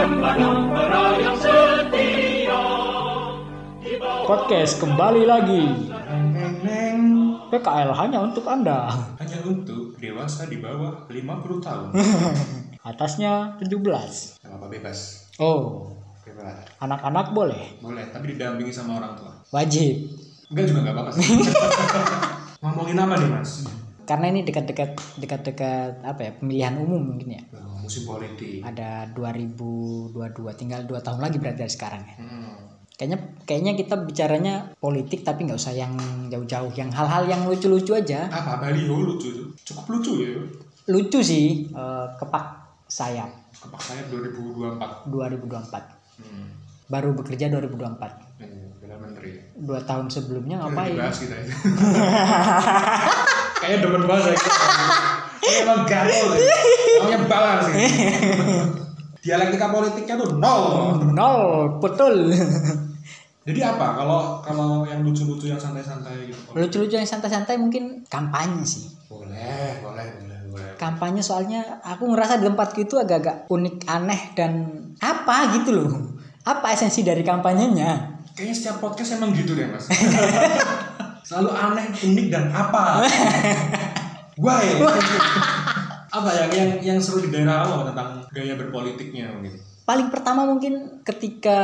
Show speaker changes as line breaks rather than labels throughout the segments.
pengembara yang setia di bawah
Podcast kembali lagi.
Neng neng
PKL hanya untuk Anda.
hanya untuk dewasa di bawah 50 tahun.
Atasnya 17.
Gak apa bebas.
Oh,
Bebas.
anak-anak boleh.
Boleh, tapi didampingi sama orang tua.
Wajib.
Enggak juga enggak apa-apa sih. Ngomongin apa nih, Mas?
Karena ini dekat-dekat dekat-dekat apa ya? Pemilihan umum mungkin ya.
Loh, musim politik.
Ada 2022 tinggal 2 tahun lagi berarti dari sekarang ya.
Hmm.
Kayaknya kayaknya kita bicaranya politik tapi nggak usah yang jauh-jauh, yang hal-hal yang lucu-lucu aja.
Apa baliho lucu itu? Cukup lucu ya.
Lucu sih eh, kepak sayap
Kepak sayap
2024.
2024. Hmm.
Baru bekerja 2024.
Eh, Bela menteri.
Dua tahun sebelumnya
Kita
ngapain?
dibahas kita itu. Kayaknya demen banget ya. Ini emang gatel ya. Namanya balas ya. Dialektika politiknya tuh nol.
Oh, Nol, betul.
Jadi apa kalau kalau yang lucu-lucu yang santai-santai gitu?
Lucu-lucu yang santai-santai mungkin kampanye sih.
Boleh, boleh, boleh, boleh.
Kampanye soalnya aku ngerasa di tempatku itu agak-agak unik, aneh dan apa gitu loh. Apa esensi dari kampanyenya?
Kayaknya setiap podcast emang gitu deh mas. Selalu aneh, unik dan apa? Why? apa yang yang yang seru di daerah lo tentang gaya berpolitiknya gitu?
Paling pertama mungkin ketika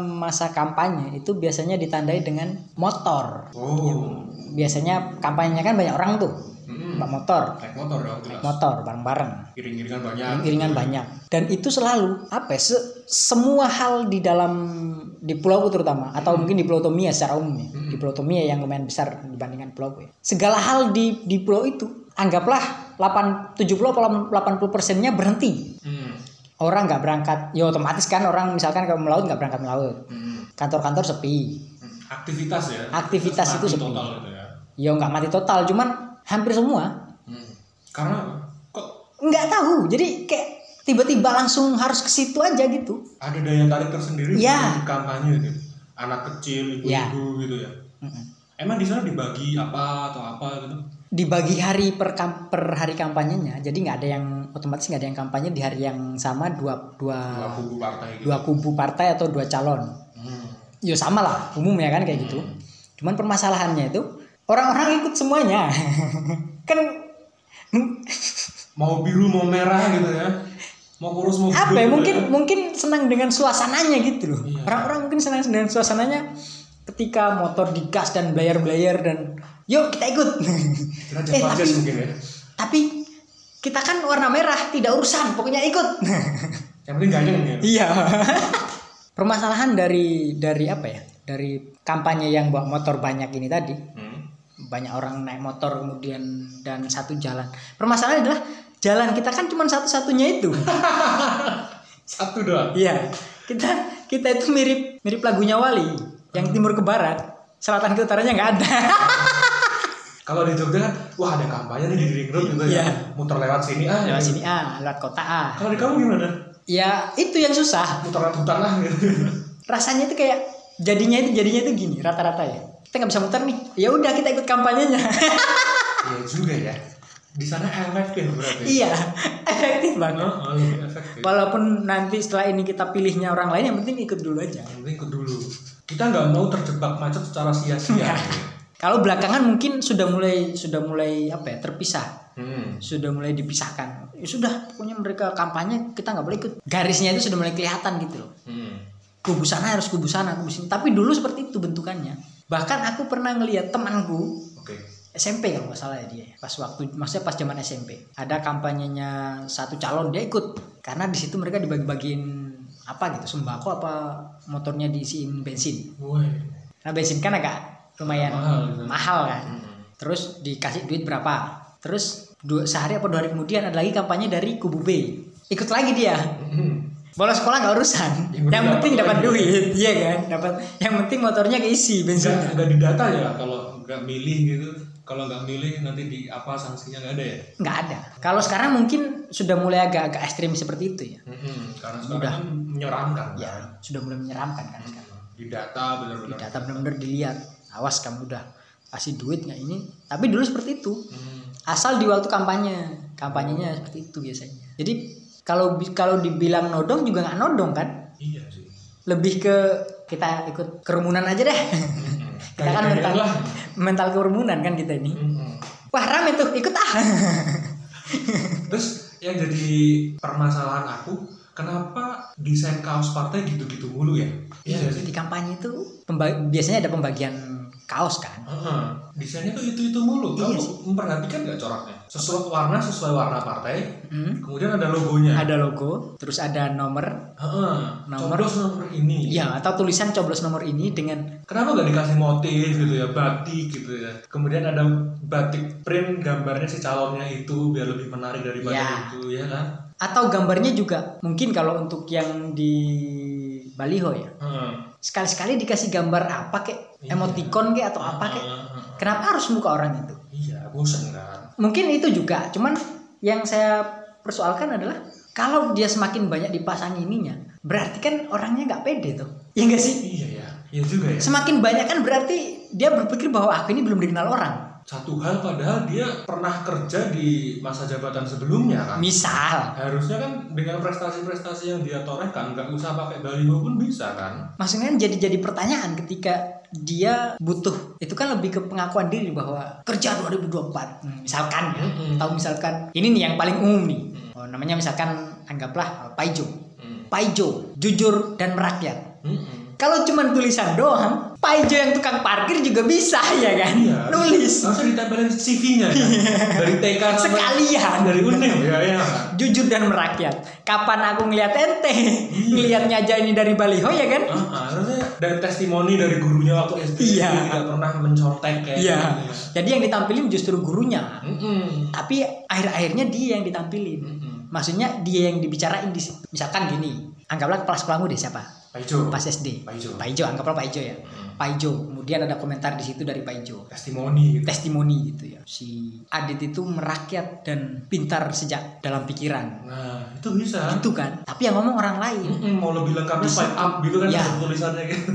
masa kampanye itu biasanya ditandai dengan motor.
Oh,
Biasanya kampanyenya kan banyak orang tuh,
Mm-mm.
bawa motor,
naik motor dong jelas.
motor bareng-bareng.
Iring-iringan banyak.
iringan banyak dan itu selalu apa ya, se- semua hal di dalam di pulau terutama atau mungkin di pulau Tomia secara umum ya. di pulau Tomia yang lumayan besar dibandingkan pulau ya. segala hal di di pulau itu anggaplah 8 70 atau 80 persennya berhenti
Hmm.
orang nggak berangkat ya otomatis kan orang misalkan kalau melaut nggak berangkat melaut
Hmm.
kantor-kantor sepi
Hmm. Aktivitas ya.
Aktivitas itu
mati
sepi.
total gitu ya.
ya nggak mati total cuman hampir semua
Hmm. Karena apa? kok
nggak tahu jadi kayak tiba-tiba langsung harus ke situ aja gitu
ada daya tarik tersendiri
Iya.
di kampanye gitu. Anak kecil, ibu-ibu
Iya.
gitu ya.
Mm-mm.
Emang di sana dibagi apa atau apa gitu?
dibagi hari per, kam- per hari kampanyenya jadi nggak ada yang otomatis nggak ada yang kampanye di hari yang sama dua dua
Dua kubu partai gitu.
dua kubu partai atau dua calon
Hmm.
ya sama lah umum ya kan kayak gitu cuman permasalahannya itu orang-orang ikut semuanya kan
Mau biru mau merah gitu ya. Mau kurus mau
apa ya
gitu
mungkin
ya.
mungkin senang dengan suasananya gitu loh
Iya.
orang-orang mungkin senang dengan suasananya ketika motor digas dan belayar-belayar dan yuk kita ikut
Kita
eh
jam
tapi
mungkin ya.
tapi kita kan warna merah tidak urusan pokoknya ikut
Yang penting ganyang ya.
iya permasalahan dari dari apa ya dari kampanye yang bawa motor banyak ini tadi
Hmm.
banyak orang naik motor kemudian dan satu jalan permasalahan adalah jalan kita kan cuma satu-satunya itu
Satu doang.
iya kita kita itu mirip mirip lagunya Wali yang timur ke barat selatan ke utaranya nggak ada
Kalau di Jogja kan, wah ada kampanye nih di ring road gitu
Iya.
ya. Muter lewat sini ah.
lewat
gitu.
sini ah lewat kota ah
Kalau di kamu gimana?
ya itu yang susah
Muter lewat hutan lah gitu.
rasanya itu kayak jadinya itu jadinya itu gini rata-rata ya kita nggak bisa muter nih ya udah kita ikut kampanyenya
Iya juga ya. Di sana efektif berarti.
iya efektif banget
Oh, oh, lebih efektif.
walaupun nanti setelah ini kita pilihnya orang lain yang penting ikut dulu aja
Yang penting ikut dulu. Kita nggak mau terjebak macet secara sia-sia.
kalau belakangan mungkin sudah mulai sudah mulai apa ya terpisah
hmm.
sudah mulai dipisahkan ya sudah pokoknya mereka kampanye kita nggak boleh ikut garisnya itu sudah mulai kelihatan gitu loh
Hmm.
kubu sana harus kubu sana kubu sini tapi dulu seperti itu bentukannya bahkan aku pernah ngelihat temanku
Oke.
SMP kalau nggak salah ya dia pas waktu maksudnya pas zaman SMP ada kampanyenya satu calon dia ikut karena di situ mereka dibagi-bagiin apa gitu sembako apa motornya diisiin bensin
Woi.
nah bensin kan agak lumayan
Mahal gitu.
mahal kan
Hmm.
terus dikasih duit berapa terus dua, sehari apa dua hari kemudian ada lagi kampanye dari kubu B ikut lagi dia
Hmm.
bolos sekolah nggak urusan
Yang penting
yang penting
dapat
dapat
duit.
duit iya kan dapat yang penting motornya keisi bensinnya
Nggak, nggak didata ya kalau nggak milih gitu. Kalau nggak milih nanti di apa sanksinya nggak ada ya.
nggak ada. Kalau sekarang mungkin sudah mulai agak-agak ekstrim seperti itu ya.
Hmm. Karena
Udah.
sekarang kan menyeramkan.
Ya,
kan.
sudah mulai menyeramkan kan sekarang.
Didata
Di
benar-benar.
data benar-benar dilihat. Awas kamu udah kasih duit nggak ini. Tapi dulu seperti itu.
Hmm.
Asal di waktu kampanye, kampanyenya seperti itu biasanya. Jadi Kalau bi- kalau dibilang nodong juga nggak nodong kan?
Iya sih.
Lebih ke kita ikut kerumunan aja deh. kita kan mental
Kayak-kayak lah.
mental kerumunan kan kita ini.
Mm-mm.
Wah rame tuh ikut ah.
Terus yang jadi permasalahan aku, kenapa desain kaos partai gitu-gitu mulu ya? nggak sih.
Di kampanye itu pemba- biasanya ada pembagian kaos kan.
Heeh. Desainnya tuh itu-itu mulu.
Iya
Kamu memperhatikan nggak coraknya? Sesuai warna sesuai warna partai.
Hmm.
Kemudian ada logonya.
Ada logo, terus ada nomor.
Heeh.
Nomor.
Coblos nomor ini.
Ya atau tulisan coblos nomor ini dengan
Kenapa nggak dikasih motif gitu ya, batik gitu ya. Kemudian ada batik print gambarnya si calonnya itu biar lebih menarik daripada
Ya.
itu ya kan.
atau gambarnya juga mungkin kalau untuk yang di baliho ya
Heeh.
sekali-sekali dikasih gambar apa kek
Iya.
emoticon kek atau apa kek
Heeh.
kenapa harus muka orang itu
Iya, bosan kan.
mungkin itu juga cuman yang saya persoalkan adalah kalau dia semakin banyak dipasang ininya berarti kan orangnya nggak pede tuh ya nggak sih
Iya ya, iya juga ya.
semakin banyak kan berarti dia berpikir bahwa "Ah, aku ini belum dikenal orang
Satu hal padahal dia pernah kerja di masa jabatan sebelumnya kan.
misal
Harusnya kan dengan prestasi-prestasi yang dia torehkan nggak usah pakai baliho pun bisa kan.
maksudnya jadi jadi pertanyaan ketika dia butuh itu kan lebih ke pengakuan diri bahwa kerja 2024 Hmm, misalkan ya
Mm-mm.
atau misalkan ini nih yang paling umum nih Oh, namanya misalkan anggaplah uh, Paijo
Mm.
Paijo jujur dan merakyat
Mm-mm.
kalau cuman tulisan doang Paijo yang tukang parkir juga bisa ya kan
Iya.
nulis Iya.
Langsung ditempelin CV-nya kan? dari TK sama-
Sekalian.
Iya. dari UNEM ya ya.
jujur dan merakyat kapan aku ngelihat ente ngelihatnya aja ini dari baliho ya kan
Ah, ah, harusnya dari testimoni dari gurunya waktu SD
Iya.
dia tidak pernah mencontek kayak
iya
gitu ya.
jadi yang ditampilin justru gurunya
Mm-mm.
tapi akhir-akhirnya dia yang ditampilin
Mm-mm.
maksudnya dia yang dibicarain di misalkan gini anggaplah kelas pelangu deh siapa
Pak Ijo.
pas SD
Pak Ijo. Hmm.
Paijo anggaplah Paijo ya Paijo kemudian ada komentar di situ dari Paijo
Testimoni gitu.
testimoni gitu ya si Adit itu merakyat dan pintar sejak dalam pikiran
Nah, itu bisa.
itu kan tapi yang ngomong orang lain
Mm-mm, mau lebih lengkapnya swipe up gitu kan
Ya.
ada tulisannya gitu.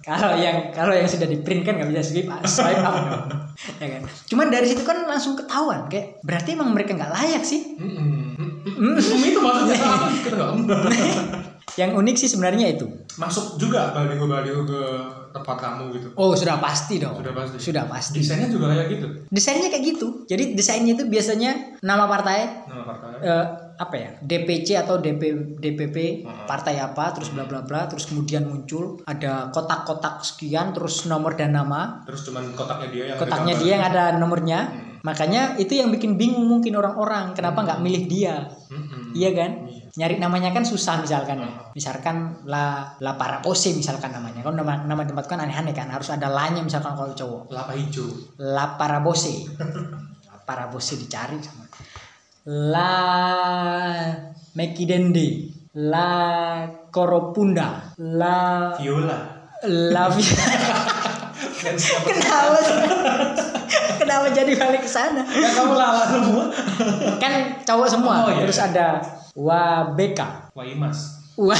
kalau yang kalau yang sudah di print kan nggak bisa swipe up, swipe up dong. ya kan cuman dari situ kan langsung ketahuan kayak berarti emang mereka nggak layak sih
Mm-mm. Hmm, itu maksudnya apa? Kita nggak paham.
yang unik sih sebenarnya itu
Masuk juga baliho-baliho ke tempat kamu gitu.
Oh sudah pasti dong.
Sudah pasti.
Sudah pasti.
Desainnya juga kayak gitu.
Desainnya kayak gitu. Jadi desainnya itu biasanya nama partai
Nama partai.
eh, apa ya? DPC atau DP DPP
Mm-mm.
partai apa terus bla bla bla terus kemudian muncul ada kotak-kotak sekian terus nomor dan nama.
Terus cuman kotaknya dia yang ada
Kotaknya
gambar.
dia yang ada nomornya.
Mm.
Makanya itu yang bikin bingung mungkin orang-orang kenapa nggak milih dia.
Mm-mm.
Iya kan?
Hmm. Iya.
Nyari namanya kan susah misalkan.
Hmm.
Misalkan la la parapose misalkan namanya. Kan nama, nama tempat kan aneh-aneh kan. Harus ada lanya misalkan kalau cowok.
Lapa hijau.
La Parabose. La Parabose dicari sama. La Mekidende. La Koropunda. La
Viola.
La
Kan siapa?
Kenapa? sih? Kenapa jadi balik ke sana?
Ya kamu lala semua.
Kan cowok semua.
Oh, iya.
Terus ada Wabeka.
Wah, Imas.
Wah,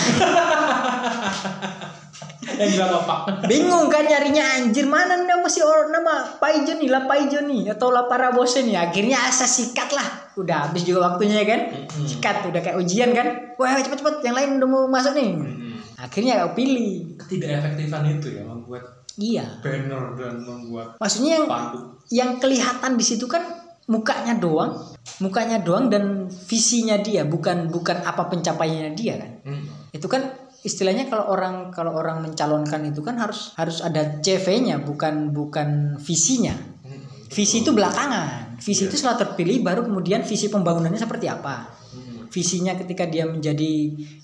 Yang gila bapak.
bingung kan nyarinya anjir mana nama si orang nama Paijo nih, La Paijo nih atau La Parabose nih. Akhirnya asa sikat lah. Udah habis juga waktunya ya kan?
Mm-mm.
sikat udah kayak ujian kan wah cepet-cepet yang lain udah mau masuk nih
Mm-mm.
akhirnya aku pilih
Ketidakefektifan itu ya membuat
iya
banner dan membuat
maksudnya yang
paku.
yang kelihatan di situ kan mukanya doang mukanya doang dan visinya dia bukan bukan apa pencapaiannya dia kan
Mm.
itu kan istilahnya kalau orang kalau orang mencalonkan itu kan harus harus ada CV-nya bukan bukan visinya
Mm.
visi itu belakangan visi itu setelah terpilih baru kemudian visi pembangunannya seperti apa
Mm.
visinya ketika dia menjadi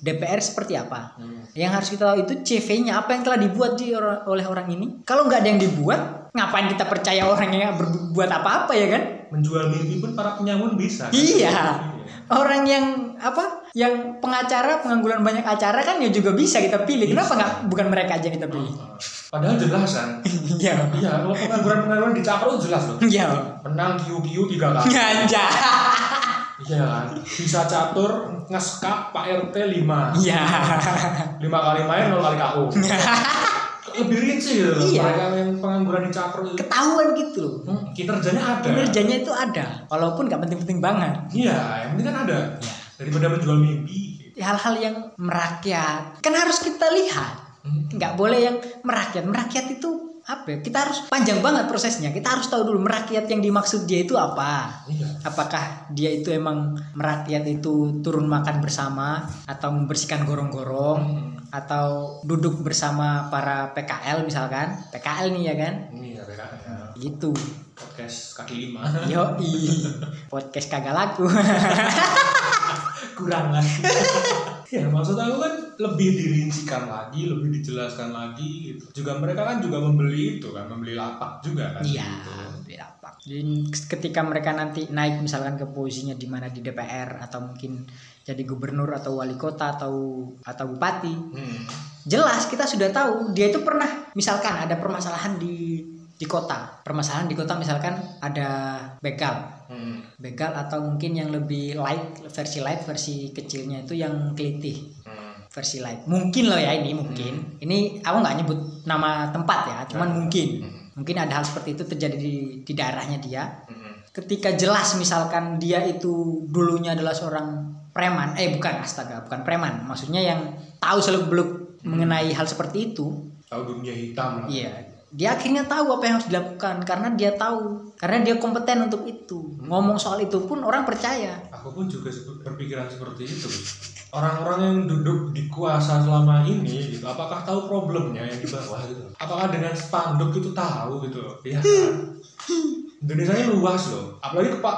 DPR seperti apa
Mm.
Yang harus kita tahu itu CV-nya apa yang telah dibuat di or- oleh orang ini. Kalau nggak ada yang dibuat, ngapain kita percaya orang yang nggak berbuat apa-apa ya kan?
menjual mimpi pun para penyamun bisa kan?
Iya. Orang yang apa? Yang pengacara pengangguran banyak acara kan ya juga bisa kita pilih. Kenapa nggak bukan mereka aja yang kita pilih?
padahal jelas kan
Iya.
iya kalau pengangguran pengangguran di Cakro jelas loh
Iya.
menang kiu kiu tiga kali
Nganja.
iya kan bisa catur ngeskap pak rt lima
Iya.
lima kali main nol kali ko lebih rinci gitu loh
Iya.
mereka yang pengangguran di Cakro itu
Ketahuan gitu loh.
Hmm, kinerjanya ada
Kinerjanya itu ada, walaupun nggak penting-penting banget.
iya yang penting kan ada daripada menjual mimpi
hal-hal yang merakyat kan harus kita lihat
Hmm.
nggak boleh yang merakyat merakyat itu apa ya? kita harus panjang banget prosesnya kita harus tahu dulu merakyat yang dimaksud dia itu apa
Iya.
apakah dia itu emang merakyat itu turun makan bersama atau membersihkan gorong-gorong
Hmm.
atau duduk bersama para PKL misalkan PKL nih ya kan
Ini ya PKL
gitu
podcast kaki lima
yoi podcast kagak laku
kurang lagi. ya maksud aku kan lebih dirincikan lagi, lebih dijelaskan lagi gitu. Juga mereka kan juga membeli itu kan, membeli lapak juga kan.
Iya,
gitu.
beli lapak. Jadi ketika mereka nanti naik misalkan ke posisinya di mana di DPR atau mungkin jadi gubernur atau wali kota atau atau bupati,
Hmm.
jelas kita sudah tahu dia itu pernah misalkan ada permasalahan di di kota, permasalahan di kota misalkan ada begal,
Hmm.
begal atau mungkin yang lebih light versi light versi kecilnya itu yang kelitih
Hmm.
versi light mungkin loh ya ini mungkin ini aku nggak nyebut nama tempat ya cuman
Ya.
mungkin
Hmm.
mungkin ada hal seperti itu terjadi di, di daerahnya dia
Hmm.
ketika jelas misalkan dia itu dulunya adalah seorang preman eh bukan astaga bukan preman maksudnya yang tahu seluk beluk
Hmm.
mengenai hal seperti itu
Tahu dunia hitam lah.
Iya, dia akhirnya tahu apa yang harus dilakukan karena dia tahu, karena dia kompeten untuk itu.
Hmm.
Ngomong soal itu pun orang percaya.
Aku pun juga sep- berpikiran seperti itu. Orang-orang yang duduk di kuasa selama ini gitu, apakah tahu problemnya yang di bawah gitu? Apakah dengan spanduk itu tahu gitu? Iya. kan? Indonesia ini luas loh. Apalagi kepa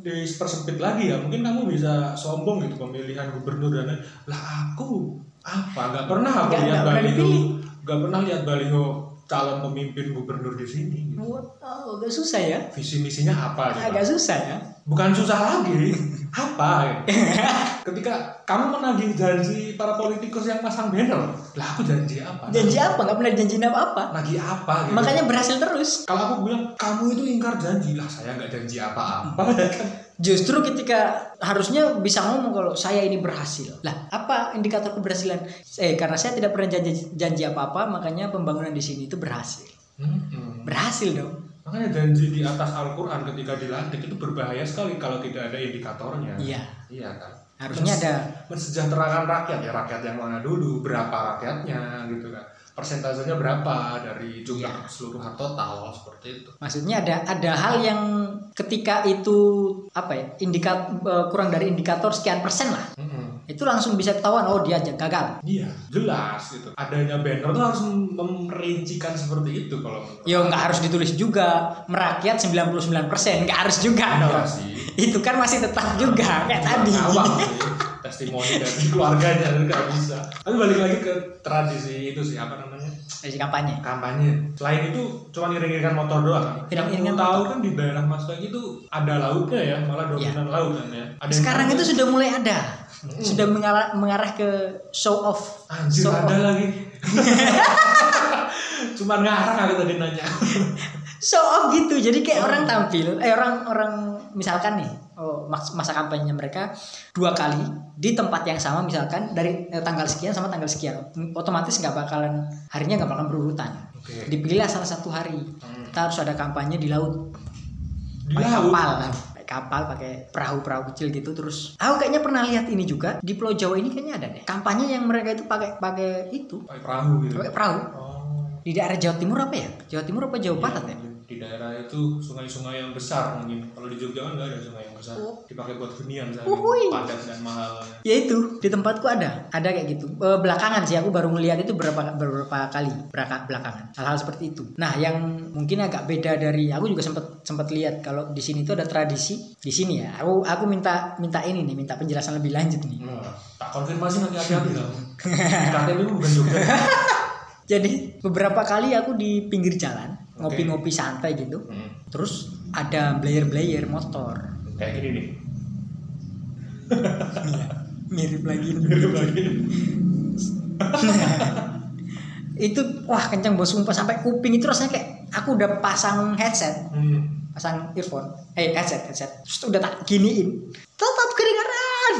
dipersempit lagi ya. Mungkin kamu bisa sombong gitu pemilihan gubernur dan lain. lah aku apa? Gak pernah aku
Nggak-
lihat
nggak pernah
baliho.
dipilih.
Gak pernah lihat baliho calon pemimpin gubernur di sini. Gitu.
Wow, agak susah ya.
Visi misinya apa? gitu?
Agak susah ya.
bukan susah lagi apa ketika kamu menagih janji para politikus yang pasang banner lah aku janji apa
Janji apa? Nggak pernah janjiin apa-apa.
nagih apa gitu.
Makanya berhasil terus.
kalau aku bilang kamu itu ingkar janji lah saya nggak janji apa-apa
Iya
ya kan?
Justru ketika harusnya bisa ngomong kalau saya ini berhasil. Lah, apa indikator keberhasilan? Eh, karena saya tidak pernah janji, janji apa-apa, makanya pembangunan di sini itu berhasil.
Mm-mm.
Berhasil dong.
makanya janji di atas Al-Quran ketika dilantik itu berbahaya sekali kalau tidak ada indikatornya
Iya.
iya kan
Harusnya
Mens-
ada.
mensejahterakan rakyat ya rakyat yang mana dulu berapa rakyatnya gitu kan persentasenya berapa dari jumlah
Iya.
keseluruhan total seperti itu
Maksudnya ada ada hal yang ketika itu apa ya? Indikat eh, kurang dari indikator sekian persen lah.
Mm-mm.
Itu langsung bisa ketahuan oh dia aja gagal.
Iya, jelas gitu. Adanya banner tuh harus memerincikan seperti itu kalau menurut
Yo Ya, nggak harus ditulis juga merakyat 99% nggak harus juga
Enggak
dong.
lah sih. Iya,
Itu kan masih tetap juga kayak tadi.
Awang sih. gitu ya. testimoni dari keluarganya jadi nggak bisa. Tapi balik lagi ke tradisi itu sih apa namanya
Dari Eh, kampanye.
kampanye. Selain itu cuma ngiring-ngiringan motor doang. Yang
Iring-iringan
aku tahu kan di daerah Mas Bayu itu ada lautnya ya, malah dominan laut kan ya. Ada yang
Iya. Sekarang itu
namanya-
sudah mulai ada. Sudah mengarah, mengarah ke show off.
Anjir
show
ada
off.
lagi. Cuman ngarang kali tadi nanya.
Show off gitu. Jadi kayak
Oh.
orang tampil, eh orang orang misalkan nih, oh, mas- masa kampanye mereka dua kali di tempat yang sama misalkan dari eh, tanggal sekian sama tanggal sekian. Otomatis nggak bakalan harinya nggak bakalan berurutan.
Oke.
Dipilih salah satu hari.
Hmm.
Kita harus ada kampanye di laut.
Di
pakai
laut.
kapal kan? pakai kapal pakai perahu-perahu kecil gitu terus aku kayaknya pernah lihat ini juga di Pulau Jawa ini kayaknya ada deh kampanye yang mereka itu pakai pakai itu
Pakai perahu gitu.
pakai perahu
Oh.
di daerah Jawa Timur apa ya Jawa Timur apa Jawa Barat ya
di daerah itu sungai-sungai yang besar mungkin kalau di Jogja kan nggak ada sungai yang besar
Oh.
dipakai buat hunian saja
Uhuy.
padat dan mahal
ya itu di tempatku ada ada kayak gitu E, belakangan sih aku baru ngelihat itu berapa beberapa kali beraka- belakangan hal-hal seperti itu nah yang mungkin agak beda dari aku juga sempat sempat lihat kalau di sini itu ada tradisi di sini ya aku aku minta minta ini nih minta penjelasan lebih lanjut nih
Nah, tak konfirmasi nanti hati-hati lah KTP lu bukan Jogja
Jadi beberapa kali aku di pinggir jalan
Oke.
ngopi-ngopi santai gitu.
Hmm,
Terus ada blayer-blayer motor.
kayak gini nih
Iya, Mirip lagi.
mirip lagi
itu wah kencang bos sumpah sampai kuping itu rasanya kayak aku udah pasang headset,
Hmm,
pasang earphone. Eh headset, headset. Terus udah tak giniin. Tetap kedengaran.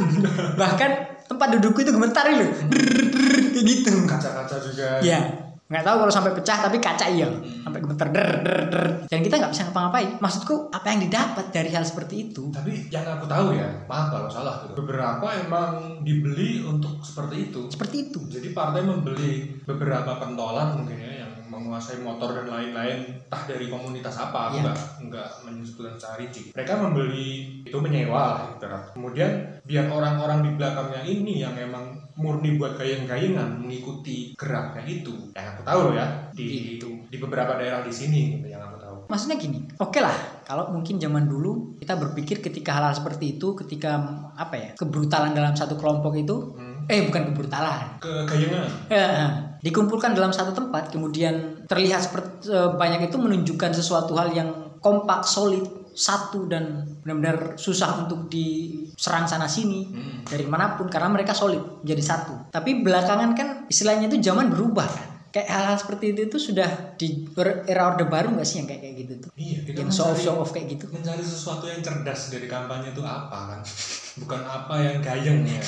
Bahkan tempat dudukku itu gemetar loh. Drrrr, kayak gitu.
kaca-kaca juga
Ya. nggak tahu kalau sampai pecah tapi kaca iya sampai gemeter der der der dan kita nggak bisa ngapa-ngapain maksudku apa yang didapat dari hal seperti itu
Tapi yang aku tahu ya, maaf kalau salah gitu. Beberapa emang dibeli untuk seperti itu.
seperti itu
Jadi partai membeli beberapa pentolan mungkin ya yang menguasai motor dan lain-lain entah dari komunitas apa
Iya.
enggak enggak menyebutkan secara rinci mereka membeli itu menyewa lah ibarat. kemudian biar orang-orang di belakangnya ini yang emang murni buat gayeng-gayengan mengikuti geraknya itu yang aku tahu loh ya di
Gitu.
di beberapa daerah di sini gitu yang aku tahu
maksudnya gini oke lah kalau mungkin zaman dulu kita berpikir ketika hal-hal seperti itu ketika mm, apa ya kebrutalan dalam satu kelompok itu
Hmm.
eh bukan kebrutalan
kegayengan
Eh, dikumpulkan dalam satu tempat kemudian terlihat seperti eh, banyak itu menunjukkan sesuatu hal yang kompak solid satu dan benar-benar susah untuk diserang sana sini
Hmm.
dari manapun karena mereka solid jadi satu tapi belakangan kan istilahnya itu zaman berubah kan kayak hal-hal seperti itu tuh sudah di ber- era orde baru nggak sih yang kayak kayak gitu tuh
iya kita
yang show off
mencari-
show off kayak gitu
mencari sesuatu yang cerdas dari kampanye itu apa kan bukan apa yang gayeng ya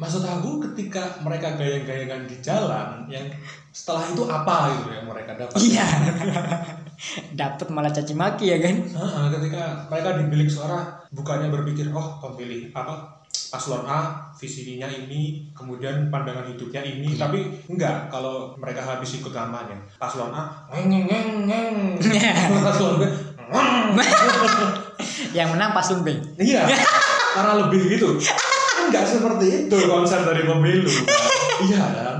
maksud aku ketika mereka gayeng-gayengan di jalan yang setelah itu apa gitu yang mereka dapat
iya dapat malah caci maki ya kan
Heeh, ketika mereka di bilik suara bukannya berpikir oh pemilih apa paslon A visinya ini kemudian pandangan hidupnya ini tapi enggak kalau mereka habis ikut kampanye paslon A ngeng ngeng ngeng ngeng paslon B ngeng
yang menang paslon B
Iya, karena lebih gitu. Enggak seperti itu konsep dari pemilu. Pak. iya kan?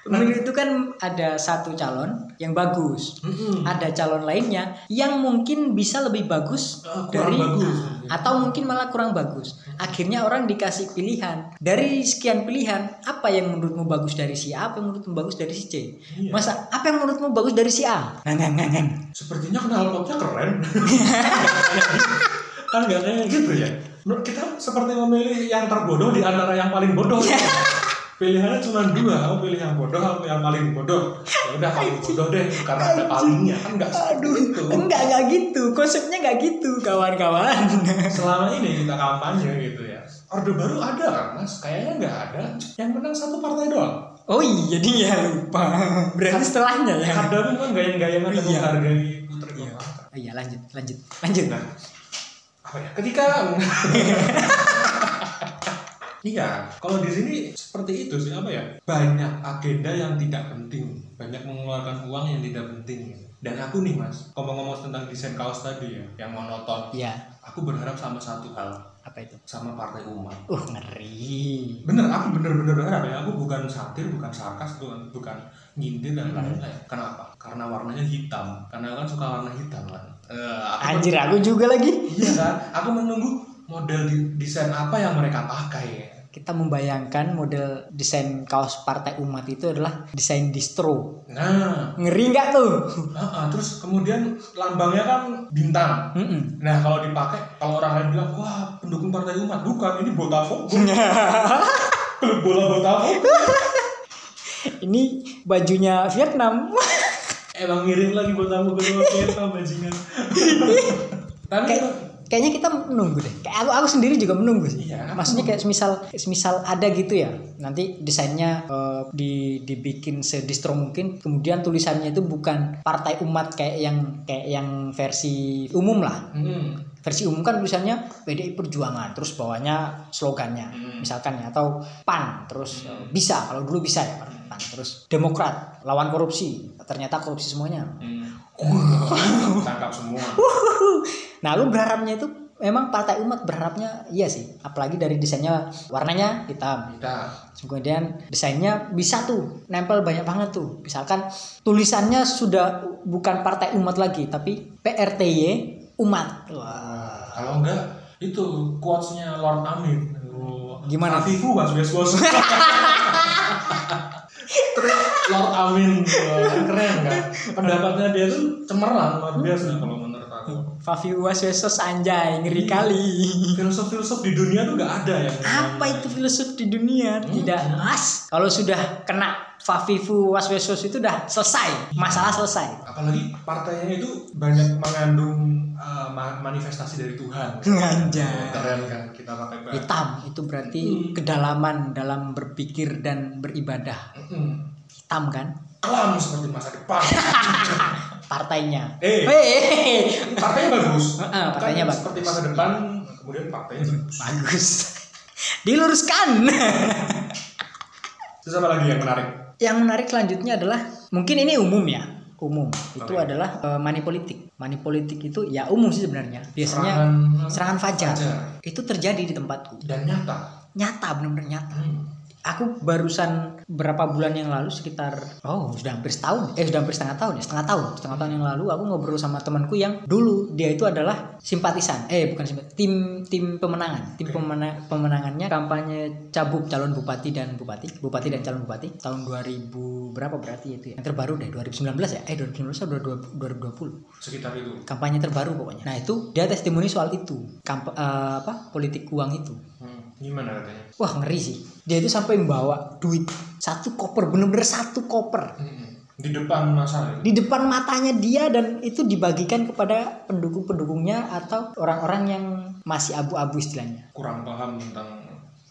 pemilu itu kan ada satu calon yang bagus
Mm-mm.
ada calon lainnya yang mungkin bisa lebih bagus
Eh,
dari
kurang bagus.
atau mungkin malah kurang bagus. Akhirnya orang dikasih pilihan dari sekian pilihan apa yang menurutmu bagus dari si A, apa yang menurutmu bagus dari si C.
Iya.
Masa apa yang menurutmu bagus dari si A? Nggak, nggak, nggak, nggak.
Sepertinya kenal popnya keren. kan nggak kayak gitu ya. Menurut Kita seperti memilih yang terbodoh di antara yang paling bodoh. Pilihannya cuma dua, kamu pilih yang bodoh, kamu yang paling bodoh. Ya udah paling bodoh deh, karena ada palingnya kan nggak seperti
Aduh,
itu.
enggak enggak gitu. Konsepnya enggak gitu, kawan-kawan.
Selama ini kita kampanye gitu ya. Orde baru ada kan mas? Kayaknya nggak ada. Yang menang satu partai doang.
Oh iya, dia lupa. Berarti setelahnya ya.
kadang kan gayang-gayangan yang
Iya.
menghargai putri
Iya.
Kalimantan.
Oh, iya, lanjut, lanjut, lanjut.
Nah, apa ya? Ketika Iya, kalau di sini seperti itu sih apa ya? Banyak agenda yang tidak penting, banyak mengeluarkan uang yang tidak penting. Dan aku nih mas, ngomong-ngomong tentang desain kaos tadi ya, yang monoton,
Iya,
aku berharap sama satu hal,
apa itu?
sama partai umat.
Uh, ngeri.
Bener, aku bener-bener berharap ya, aku bukan satir, bukan sarkas, bukan, bukan nyindir dan lain-lain. Kenapa? Karena warnanya hitam, karena kan suka warna hitam kan. Eh, aku
Anjir, aku juga lagi.
Iya kan? Aku menunggu model di- desain apa yang mereka pakai ya.
kita membayangkan model desain kaos partai umat itu adalah desain distro
Nah,
ngeri nggak tuh
ah, ah, terus kemudian lambangnya kan bintang.
Mm-mm.
Nah, kalau dipakai, kalau orang lain bilang, wah pendukung partai umat, bukan, ini Botafogo. Klub bola Botafogo.
ini bajunya Vietnam
Emang mirip lagi Botafogo sama Vietnam, bajingan. Tapi
Kayak- kayaknya kita menunggu deh kayak aku aku sendiri juga menunggu sih
Iya.
maksudnya kayak semisal semisal ada gitu ya nanti desainnya eh, di dibikin sedistro mungkin kemudian tulisannya itu bukan partai umat kayak yang kayak yang versi umum lah
Hmm.
versi umum kan tulisannya PDI Perjuangan terus bawahnya slogannya
Hmm.
misalkan ya atau PAN terus eh, bisa kalau dulu bisa ya PAN terus Demokrat lawan korupsi ternyata korupsi semuanya
Hmm. Tangkap semua.
nah lu berharapnya itu memang partai umat berharapnya iya sih apalagi dari desainnya warnanya hitam
Kita
Terus kemudian desainnya bisa tuh nempel banyak banget tuh misalkan tulisannya sudah bukan partai umat lagi tapi PRTY umat Wah.
eh, Kalau enggak, itu quotes-nya Lord Amin. Oh,
Gimana?
Afifu mas bos bos. Terus Lord Amin oh, keren kan? Pendapatnya dia tuh cemerlang luar biasa Hmm. kalau menurut aku.
Fafi Uwaswesos anjay ngeri kali Ah.
Filosof-filosof di dunia tuh nggak ada ya. yang
apa itu filosof di dunia
Hmm.
tidak as kalau sudah kena Fafifu Waswesos itu udah selesai masalah selesai
Apalagi partainya itu banyak mengandung eh, ma- manifestasi dari Tuhan.
anjay
Keren kan kita pakai bahasa.
hitam itu berarti
Hmm.
kedalaman dalam berpikir dan beribadah
Mm-mm.
hitam kan
kelam seperti masa depan.
partainya.
Eh.
Hei.
partainya bagus.
Heeh, partainya
Kan
bagus.
Seperti masa depan, kemudian partainya bagus.
Bagus. Diluruskan.
Terus apa lagi yang menarik?
Yang menarik selanjutnya adalah mungkin ini umum ya. Umum itu
Oke.
adalah eh, money politik. Money politik itu ya umum sih sebenarnya. Biasanya
Serangan-
serangan fajar.
Fajar.
Itu terjadi di tempatku.
Dan nyata.
Nyata benar-benar nyata.
Hmm.
Aku barusan berapa bulan yang lalu sekitar oh sudah hampir setahun eh sudah hampir setengah tahun ya setengah tahun setengah tahun yang lalu aku ngobrol sama temanku yang dulu dia itu adalah simpatisan eh bukan simpatisan tim tim pemenangan tim
Oke.
pemena- pemenangannya kampanye cabub calon bupati dan bupati bupati dan calon bupati tahun 2000 berapa berarti itu ya yang terbaru deh 2019 ya eh 2019 atau 2020
Sekitar itu.
kampanye terbaru pokoknya nah itu dia testimoni soal itu Kamp- eh, apa politik uang itu
Hmm. Gimana katanya?
Wah ngeri sih. Dia itu sampai membawa duit satu koper, bener-bener satu koper
Hmm. Di depan masa itu.
di depan matanya dia dan itu dibagikan kepada pendukung-pendukungnya atau orang-orang yang masih abu-abu istilahnya.
Kurang paham tentang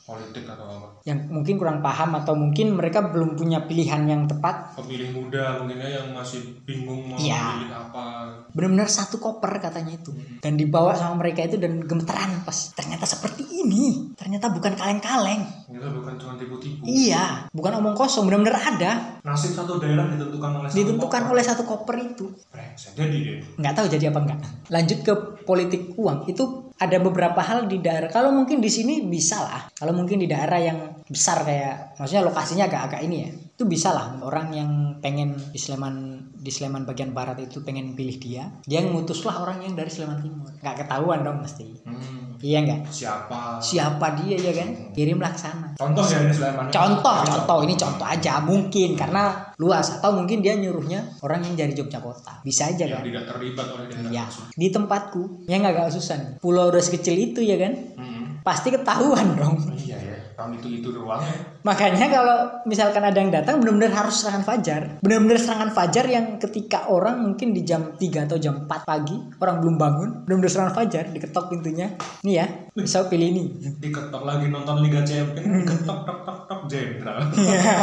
politik atau apa.
Yang mungkin kurang paham atau mungkin mereka belum punya pilihan yang tepat.
Pemilih muda mungkin ya yang masih bingung mau
Iya.
memilih apa.
Bener-bener satu koper katanya itu dan dibawa sama mereka itu dan gemeteran pas ternyata seperti ini. Ternyata bukan kaleng-kaleng.
Kita Gitu, bukan cuma tipu-tipu.
Iya, bukan omong kosong, bener-bener ada.
Nasib satu daerah ditentukan oleh satu
Ditentukan
koper.
oleh satu koper itu.
Brengsek. Jadi deh.
nggak tahu jadi apa enggak. Lanjut ke politik uang itu ada beberapa hal di daerah. Kalau mungkin di sini bisa lah. Kalau mungkin di daerah yang besar kayak maksudnya lokasinya agak-agak ini ya. Itu bisa lah orang yang pengen di Sleman di Sleman bagian barat itu pengen pilih dia. Dia ngutuslah orang yang dari Sleman Timur. Nggak ketahuan dong pasti.
Hmm.
Iya enggak?
Siapa?
Siapa dia ya kan? Kirimlah ke sana.
Contoh ya ini Sulaiman.
Contoh, contoh ini contoh aja mungkin karena luas atau mungkin dia nyuruhnya orang yang dari Jogja kota. Bisa aja
Yang
kan?
tidak terlibat oleh daerah
Ya,
tersebut.
di tempatku yang agak susah nih. Pulau Ros kecil itu ya kan,
Hmm.
pasti ketahuan dong.
Iya ya, tahun itu itu ruangnya.
Makanya kalau misalkan ada yang datang benar-benar harus serangan fajar. Benar-benar serangan fajar yang ketika orang mungkin di jam 3 atau jam 4 pagi, orang belum bangun, benar-benar serangan fajar, diketok pintunya. Nih ya, bisa pilih ini.
Diketok lagi nonton Liga Champions, ketok tok tok tok jenderal.
Iya.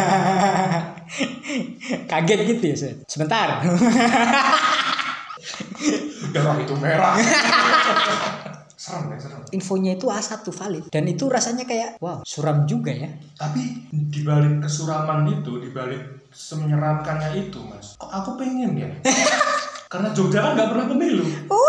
Kaget gitu ya, Seth. Sebentar.
Darah itu merah. serem ya, serem.
Infonya itu A1 valid dan itu rasanya kayak wow, suram juga ya.
Tapi dibalik kesuraman itu, dibalik semenyeramkannya itu, Mas. Kok aku pengen ya? Karena Jogja kan nggak pernah pemilu.
Oh,